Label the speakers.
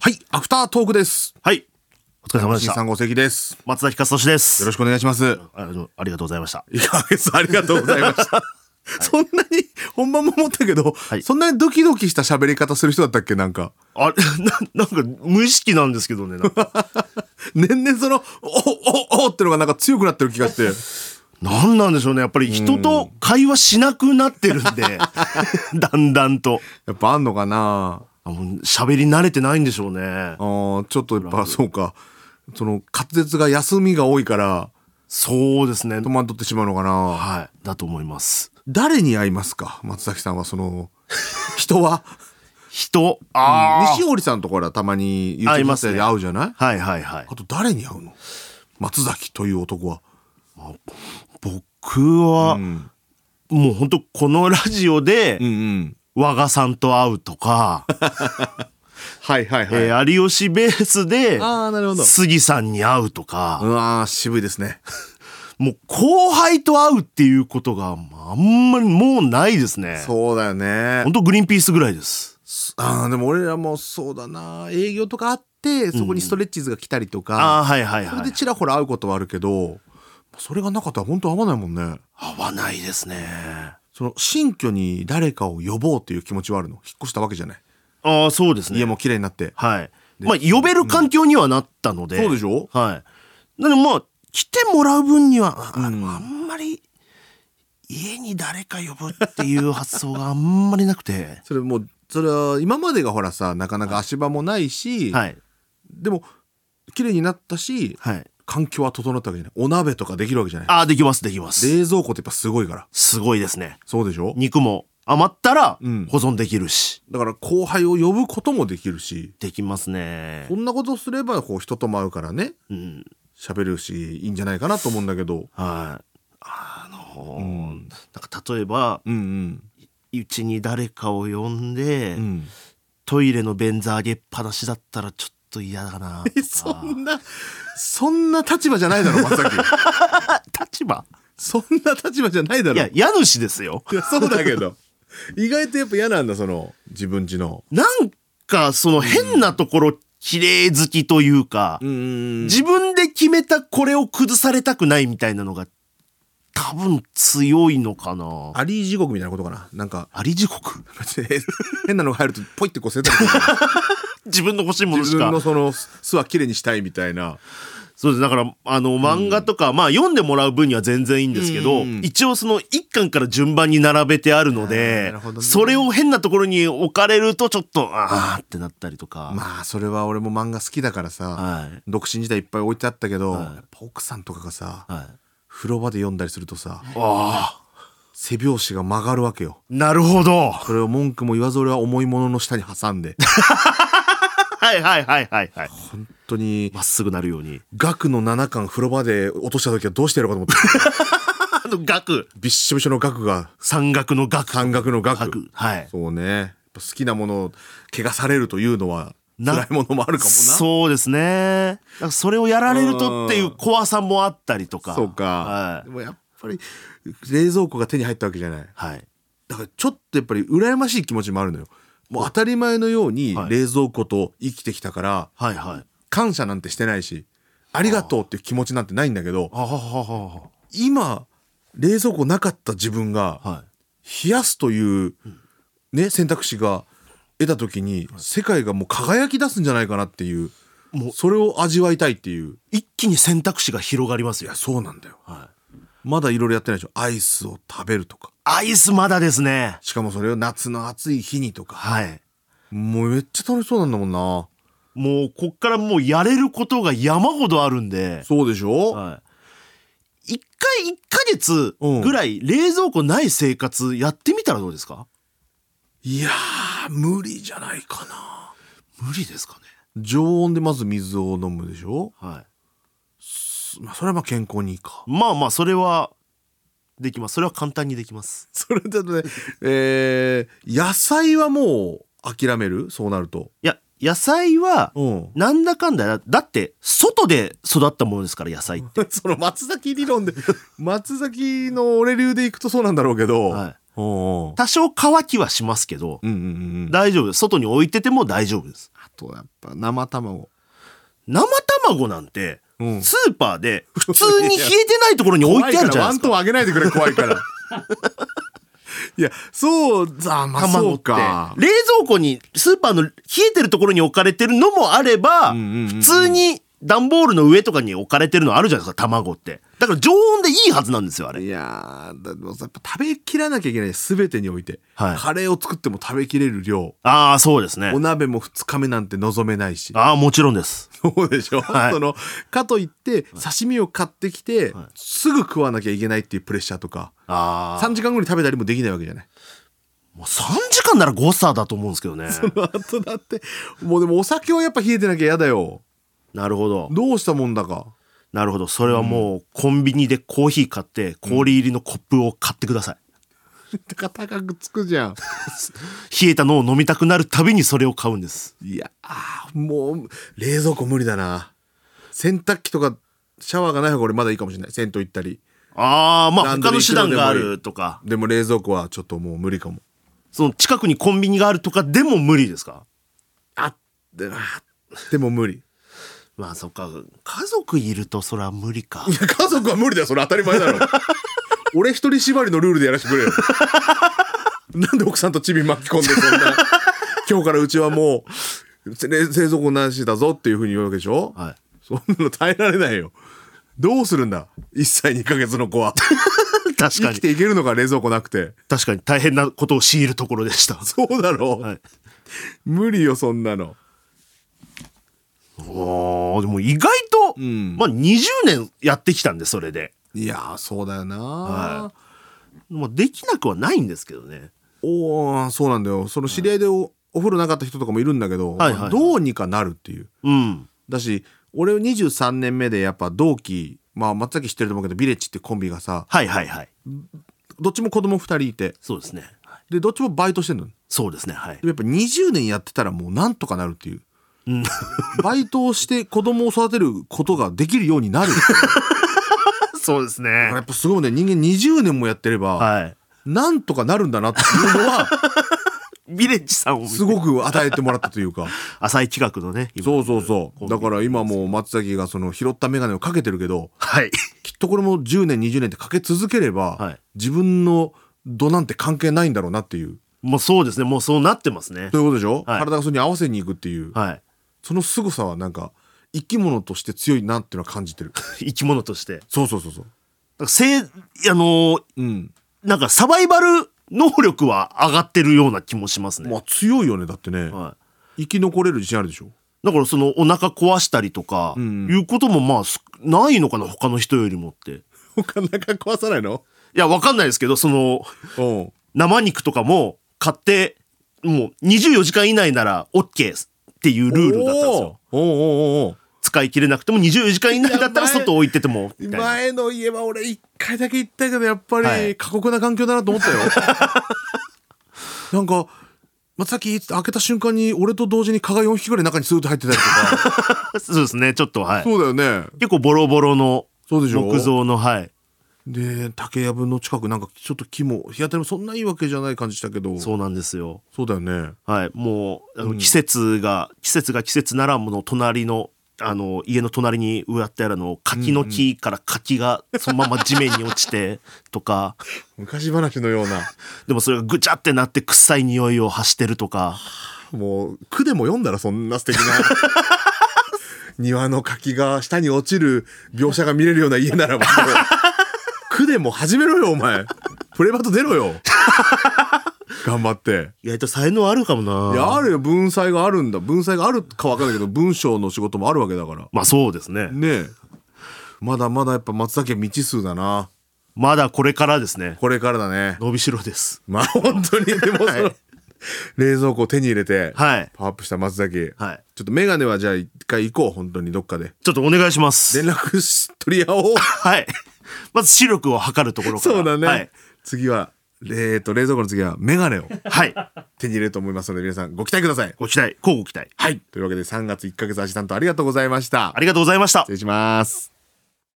Speaker 1: はい、アフタートークです。
Speaker 2: はい。お疲れ様でし
Speaker 1: 新
Speaker 2: た
Speaker 1: さん。ご席です。
Speaker 2: 松田ひかとしです。
Speaker 1: よろしくお願いします。
Speaker 2: あのありがとうございました。
Speaker 1: いや、 ありがとうござい ました。そんなに、本番も思ったけど、
Speaker 2: い
Speaker 1: そんなにドキドキした喋り方する人だったっけなん か。
Speaker 2: あれ、 ななんか無意識なんですけどね。なん か
Speaker 1: 年々その、お、お、おってのがなんか強くなってる気が して。
Speaker 2: なんなんでしょうね。やっぱり人と会話しなくなってるん で、だんだんと。
Speaker 1: やっぱあんのかな
Speaker 2: あもう喋り慣れてないんでしょうね
Speaker 1: あ。ーちょっとやっぱそうか。その、滑舌が休みが多いから、
Speaker 2: そうですね
Speaker 1: 止。まんとってしまうのかな
Speaker 2: はい。だと思います。
Speaker 1: 誰に会いますか松崎さんはその、人 は。
Speaker 2: 人、あ
Speaker 1: 西織さんとこらたまに YouTube
Speaker 2: 会います
Speaker 1: 撮影
Speaker 2: ね
Speaker 1: で会うじゃない
Speaker 2: あ。はいはいはい
Speaker 1: あ。と誰に会うの松崎という男は。
Speaker 2: 僕は、もう本当このラジオで、
Speaker 1: んうん。
Speaker 2: 和賀さんと会うとか、
Speaker 1: はいはいはい。
Speaker 2: えー有吉ベースで、
Speaker 1: ああ、なるほど。
Speaker 2: 杉さんに会うとか、
Speaker 1: うわー渋いですね。
Speaker 2: もう後輩と会うっていうことがまああんまりもうないですね。
Speaker 1: そうだよね
Speaker 2: 本。当グリーンピースぐらいです。
Speaker 1: ああ、でも俺らもそうだな。営業とかあって、そこにストレッチーズが来たりと
Speaker 2: ああ
Speaker 1: か、
Speaker 2: はいはい
Speaker 1: そ
Speaker 2: は
Speaker 1: れで
Speaker 2: い。
Speaker 1: ちらほら会うことはあるけど、それがなかったら本当会わないもんね。
Speaker 2: 会わないですね。
Speaker 1: その新居に誰かを呼ぼうという気持ちはあるの引っ越したわけじゃない。
Speaker 2: ああそうですね。
Speaker 1: 家も綺麗になって。
Speaker 2: はい。まあ呼べる環境にはなったので。
Speaker 1: そうでしょ。
Speaker 2: はい。なのでまあ来てもらう分にはああんまり家に誰か呼ぶっていう発想があんまりなくて
Speaker 1: それもう、それは今までがほらさ、なかなか足場もないし、
Speaker 2: はい
Speaker 1: でも、綺麗になったし、
Speaker 2: はい。
Speaker 1: 環境は整ったわけじゃない。お鍋とかできるわけじゃない。
Speaker 2: ああできますできます。
Speaker 1: 冷蔵庫ってやっぱすごいから。
Speaker 2: すごいですね。
Speaker 1: そうでしょ
Speaker 2: 肉も余ったら
Speaker 1: うん
Speaker 2: 保存できるし。
Speaker 1: だから後輩を呼ぶこともできるし、
Speaker 2: できますね
Speaker 1: こ。んなことすればこう人とも会うからね、
Speaker 2: うん。
Speaker 1: 喋るし、いいんじゃないかなと思うんだけど。
Speaker 2: はい。あのー
Speaker 1: うん
Speaker 2: なんか例えば、
Speaker 1: うん
Speaker 2: うちに誰かを呼んで、
Speaker 1: うん。うん。
Speaker 2: トイレの便座上げっぱなしだったらちょっと嫌だなとか。
Speaker 1: そんな、そんな立場じゃないだ ろ、まさき。
Speaker 2: 立場
Speaker 1: そんな立場じゃないだろ。
Speaker 2: いや、家主ですよ。
Speaker 1: いやそうだけど。 意外とやっぱ嫌なんだ、その、自分ちの。
Speaker 2: なんか、その変なところ、綺麗好きというか、
Speaker 1: ん
Speaker 2: 自分で決めたこれを崩されたくないみたいなのが、多分強いのかな。
Speaker 1: アリー地獄みたいなことかな。なんか、
Speaker 2: あり地獄
Speaker 1: 変なのが入ると、ポイってこうせたりとか。
Speaker 2: 自分の欲しいもの
Speaker 1: 自
Speaker 2: し
Speaker 1: 分
Speaker 2: か
Speaker 1: の。その巣は綺麗にしたいみたいな
Speaker 2: そうです。だから、あの、漫画とか、まあ、読んでもらう分には全然いいんですけど、
Speaker 1: うんうん
Speaker 2: 一応その一巻から順番に並べてあるの
Speaker 1: あーな
Speaker 2: で
Speaker 1: るほど、ね
Speaker 2: それを変なところに置かれると、ちょっと、あーってなったりとか。
Speaker 1: まあそれは俺も漫画好きだからさ
Speaker 2: はい。
Speaker 1: 独身時代いっぱい置いてあったけど、
Speaker 2: はい
Speaker 1: やっぱ奥さんとかがさ
Speaker 2: はい。
Speaker 1: 風呂場で読んだりするとさ
Speaker 2: ああ、
Speaker 1: 背表紙が曲がるわけよ
Speaker 2: なるほど。
Speaker 1: それを文句も言わず俺は重いものの下に挟 んで
Speaker 2: はいはいはいはいはい。
Speaker 1: 本当に
Speaker 2: まっすぐなるように。
Speaker 1: 額の7巻風呂場で落とした時はどうしてやろうかと思って
Speaker 2: あの、額。
Speaker 1: びっしょびしょの額が
Speaker 2: 山岳の額。
Speaker 1: 半額の額
Speaker 2: 額。はい。
Speaker 1: そうねやっぱ好きなものを怪我されるというのは
Speaker 2: な
Speaker 1: 辛いものもあるかもな
Speaker 2: そうですね。だからそれをやられるとっていう怖さもあったりとか。
Speaker 1: そうか、
Speaker 2: は
Speaker 1: で
Speaker 2: い。
Speaker 1: もやっぱり冷蔵庫が手に入ったわけじゃない
Speaker 2: はい。
Speaker 1: だからちょっとやっぱり羨ましい気持ちもあるのよもう当たり前のように
Speaker 2: はい
Speaker 1: 冷蔵庫と生きてきたから、
Speaker 2: はいはい。
Speaker 1: 感謝なんてしてないしありがとうっていう気持ちなんてないんだけど
Speaker 2: あははは
Speaker 1: 今冷蔵庫なかった自分が
Speaker 2: はい。
Speaker 1: 冷やすという、ね、選択肢が得た時に世界がもう輝き出すんじゃないかなっていう
Speaker 2: もう
Speaker 1: それを味わいたいっていう
Speaker 2: 一気に選択肢が広がります
Speaker 1: い
Speaker 2: よ
Speaker 1: や。そうなんだよ
Speaker 2: はい。
Speaker 1: まだいろいろやってないでしょアイスを食べるとか
Speaker 2: アイスまだですね。
Speaker 1: しかもそれを夏の暑い日にとか
Speaker 2: はい。
Speaker 1: もうめっちゃ楽しそうなんだもんな
Speaker 2: もう、こっからもうやれることが山ほどあるんで。
Speaker 1: そうでしょ、
Speaker 2: はい。一回、一ヶ月ぐらい冷蔵庫ない生活やってみたらどうですか
Speaker 1: い、やー無理じゃないかな
Speaker 2: 無理ですかね。
Speaker 1: 常温でまず水を飲むでしょ、
Speaker 2: はい。
Speaker 1: まあ、それはまあ健康にいいか
Speaker 2: まあまあそれはできますそれは簡単にできます
Speaker 1: それだとねえー、野菜はもう諦めるそうなると
Speaker 2: いや野菜は
Speaker 1: うん
Speaker 2: なんだかんだだだって外で育ったものですから野菜って、
Speaker 1: その松崎理論で 松崎の俺流でいくとそうなんだろうけど、
Speaker 2: はい、
Speaker 1: うんうん
Speaker 2: 多少乾きはしますけど
Speaker 1: うんうんうん
Speaker 2: 大丈夫です外に置いてても大丈夫ですとやっぱ生卵生卵なんて
Speaker 1: うん
Speaker 2: スーパーで普 通に冷えてないところに置いてあるじゃないですか
Speaker 1: 怖いからワントーン上げないでくれ怖いから いやそうあまあ
Speaker 2: 卵
Speaker 1: そう
Speaker 2: って冷
Speaker 1: か
Speaker 2: 蔵庫にスーパーの冷えてるところに置かれてるのもあれば
Speaker 1: うんうんうんうん
Speaker 2: 普通に段ボールの上とかに置かれてるのあるじゃないですか卵ってだから常温でいいはずなんですよあれ
Speaker 1: いやーだでもやっぱ食べきらなきゃいけない全てにおいて、
Speaker 2: はい
Speaker 1: カレーを作っても食べきれる量
Speaker 2: ああそうですね
Speaker 1: お鍋も2日目なんて望めないし
Speaker 2: ああもちろんです
Speaker 1: そうでしょ、
Speaker 2: はい
Speaker 1: そのかといって刺身を買ってきて、
Speaker 2: はい
Speaker 1: すぐ食わなきゃいけないっていうプレッシャーとか
Speaker 2: ああ
Speaker 1: 3時間後に食べたりもできないわけじゃない
Speaker 2: もう3時間なら誤差だと思うんですけどね
Speaker 1: あとだってもうでもお酒はやっぱ冷えてなきゃ嫌だよ
Speaker 2: なるほど
Speaker 1: どうしたもんだか
Speaker 2: なるほどそれはもうコンビニでコーヒー買って氷入りのコップを買ってください
Speaker 1: 高くつくじゃん
Speaker 2: 冷えたのを飲みたくなるたびにそれを買うんです
Speaker 1: いやあーもう冷蔵庫無理だな洗濯機とかシャワーがない方が俺まだいいかもしれない銭湯行ったり
Speaker 2: ああまあ
Speaker 1: ランド
Speaker 2: 他
Speaker 1: リ
Speaker 2: の
Speaker 1: ー
Speaker 2: 手
Speaker 1: 行くのでも
Speaker 2: 段
Speaker 1: いい
Speaker 2: があるとか
Speaker 1: でも冷蔵庫はちょっともう無理かも
Speaker 2: その近くにコンビニがあるとかでも無理ですか
Speaker 1: あであでも無理
Speaker 2: まあそっか家族いるとそれは無理か
Speaker 1: いや家族は無理だよそれ当たり前だろ 俺一人縛りのルールでやらせてくれよなんで奥さんとチビ巻き込んでそん な今日からうちはもうせ冷蔵庫なしだぞっていうふうに言うわけでしょ、
Speaker 2: はい
Speaker 1: そんなの耐えられないよどうするんだ1歳2ヶ月の子は
Speaker 2: 確か
Speaker 1: 生
Speaker 2: に
Speaker 1: きていけるのか冷蔵庫なくて
Speaker 2: 確かに大変なことを強いるところでした
Speaker 1: そうだろう、
Speaker 2: はい
Speaker 1: 無理よそんなの
Speaker 2: おーでも意外と、
Speaker 1: うん
Speaker 2: まあ20年やってきたんでそれで、
Speaker 1: いやーそうだよな、
Speaker 2: はまあ、できなくはないんですけどね
Speaker 1: おおそうなんだよその知り合いでお,、お風呂なかった人とかもいるんだけど、
Speaker 2: はいはいはい
Speaker 1: どうにかなるっていう
Speaker 2: うん
Speaker 1: だし俺23年目でやっぱ同期まあ松崎知ってると思うけどビレッジってコンビがさ
Speaker 2: はいはいはい
Speaker 1: どっちも子供2人いて
Speaker 2: そうですねはい
Speaker 1: でどっちもバイトしてんので
Speaker 2: そうですねはい
Speaker 1: もやっぱ20年やってたらもうなんとかなるっていう
Speaker 2: うん
Speaker 1: バイトをして子供を育てることができるようになる
Speaker 2: そうですね
Speaker 1: やっぱすごいね人間20年もやってれば、
Speaker 2: はい
Speaker 1: なんとかなるんだなっていうのは
Speaker 2: ビレッジさんを見て
Speaker 1: すごく与えてもらったというか
Speaker 2: 浅い企画のね今
Speaker 1: そうそうそうだから今もう松崎がその拾った眼鏡をかけてるけど
Speaker 2: はい
Speaker 1: きっとこれも10年20年ってかけ続ければ、
Speaker 2: はい
Speaker 1: 自分の度なんて関係ないんだろうなっていう
Speaker 2: もうそうですねもうそうなってますね
Speaker 1: ということでしょ、
Speaker 2: はい
Speaker 1: 体がそれに合わせにいくっていう、
Speaker 2: はい
Speaker 1: その凄さはなんか生き物として強いなっていうのは感じてる
Speaker 2: 生き物としてだか
Speaker 1: そうそうそうそう
Speaker 2: らせいあのー
Speaker 1: うん
Speaker 2: なんかサバイバル能力は上がってるような気もしますね、
Speaker 1: まあ強いよねだってね、
Speaker 2: は
Speaker 1: 生き残れる自信ある でしょ
Speaker 2: い、だからそのお腹壊したりとか
Speaker 1: ん
Speaker 2: いうこともまあすないのかな他の人よりもってい
Speaker 1: 他なんか壊さないの
Speaker 2: やわかんないですけどその
Speaker 1: うん
Speaker 2: 生肉とかも買ってもう24時間以内なら OK っていうルールだったんですよ
Speaker 1: おーおーおーおー
Speaker 2: 使い切れなくても24時間以内だったら外置いててもみたいな
Speaker 1: 前の家は俺一回だけ行ったけどやっぱ
Speaker 2: はい
Speaker 1: り過酷な環境だなと 思ったよ、なんか松崎っつって開けた瞬間に俺と同時に蚊が4匹ぐらい中にスーッと入ってたりとか
Speaker 2: そうですねちょっとは い
Speaker 1: そうだよね
Speaker 2: 結構ボロボロの
Speaker 1: そうでしょ
Speaker 2: 木造のはい
Speaker 1: で竹やぶの近くなんかちょっと木も日当たりもそんないいわけじゃない感じしたけどそう
Speaker 2: そうなんですよ
Speaker 1: だよね
Speaker 2: はいもうあの季節が、季節が季節ならもの隣のあの家の隣に植わってあるあの柿の木から柿がそのまま地面に落ちてとか
Speaker 1: 昔話のような
Speaker 2: でもそれがぐちゃってなって臭い匂いを発してるとか
Speaker 1: もう句でも読んだらそんな素 敵な庭の柿が下に落ちる描写が見れるような家ならば 句でも始めろよお前プレバト出ろよ 頑張って
Speaker 2: 意外と才能あるかもない
Speaker 1: やあるよ文才があるんだ文才があるか分かんないけど文章の仕事もあるわけだから
Speaker 2: まあそうですね
Speaker 1: ねえまだまだやっぱ松崎は未知数だな
Speaker 2: まだこれからですね
Speaker 1: これからだね
Speaker 2: 伸びしろです
Speaker 1: まあ本当にでもその、 冷蔵庫を手に入れて、
Speaker 2: はい
Speaker 1: パワーアップした松崎、
Speaker 2: はい
Speaker 1: ちょっと眼鏡はじゃあ一回行こう本当にどっか で
Speaker 2: ちょっとお願いします
Speaker 1: 連絡し取り合おう
Speaker 2: はい まず視力を測るところから
Speaker 1: そうだね、
Speaker 2: はい、
Speaker 1: 次はえー、と冷蔵庫の次は眼鏡を
Speaker 2: はい、
Speaker 1: 手に入れると思いますので皆さんご期待ください
Speaker 2: ご期待乞うご期待
Speaker 1: はいというわけで3月1ヶ月アシスタントありがとうございました
Speaker 2: ありがとうございました
Speaker 1: 失礼します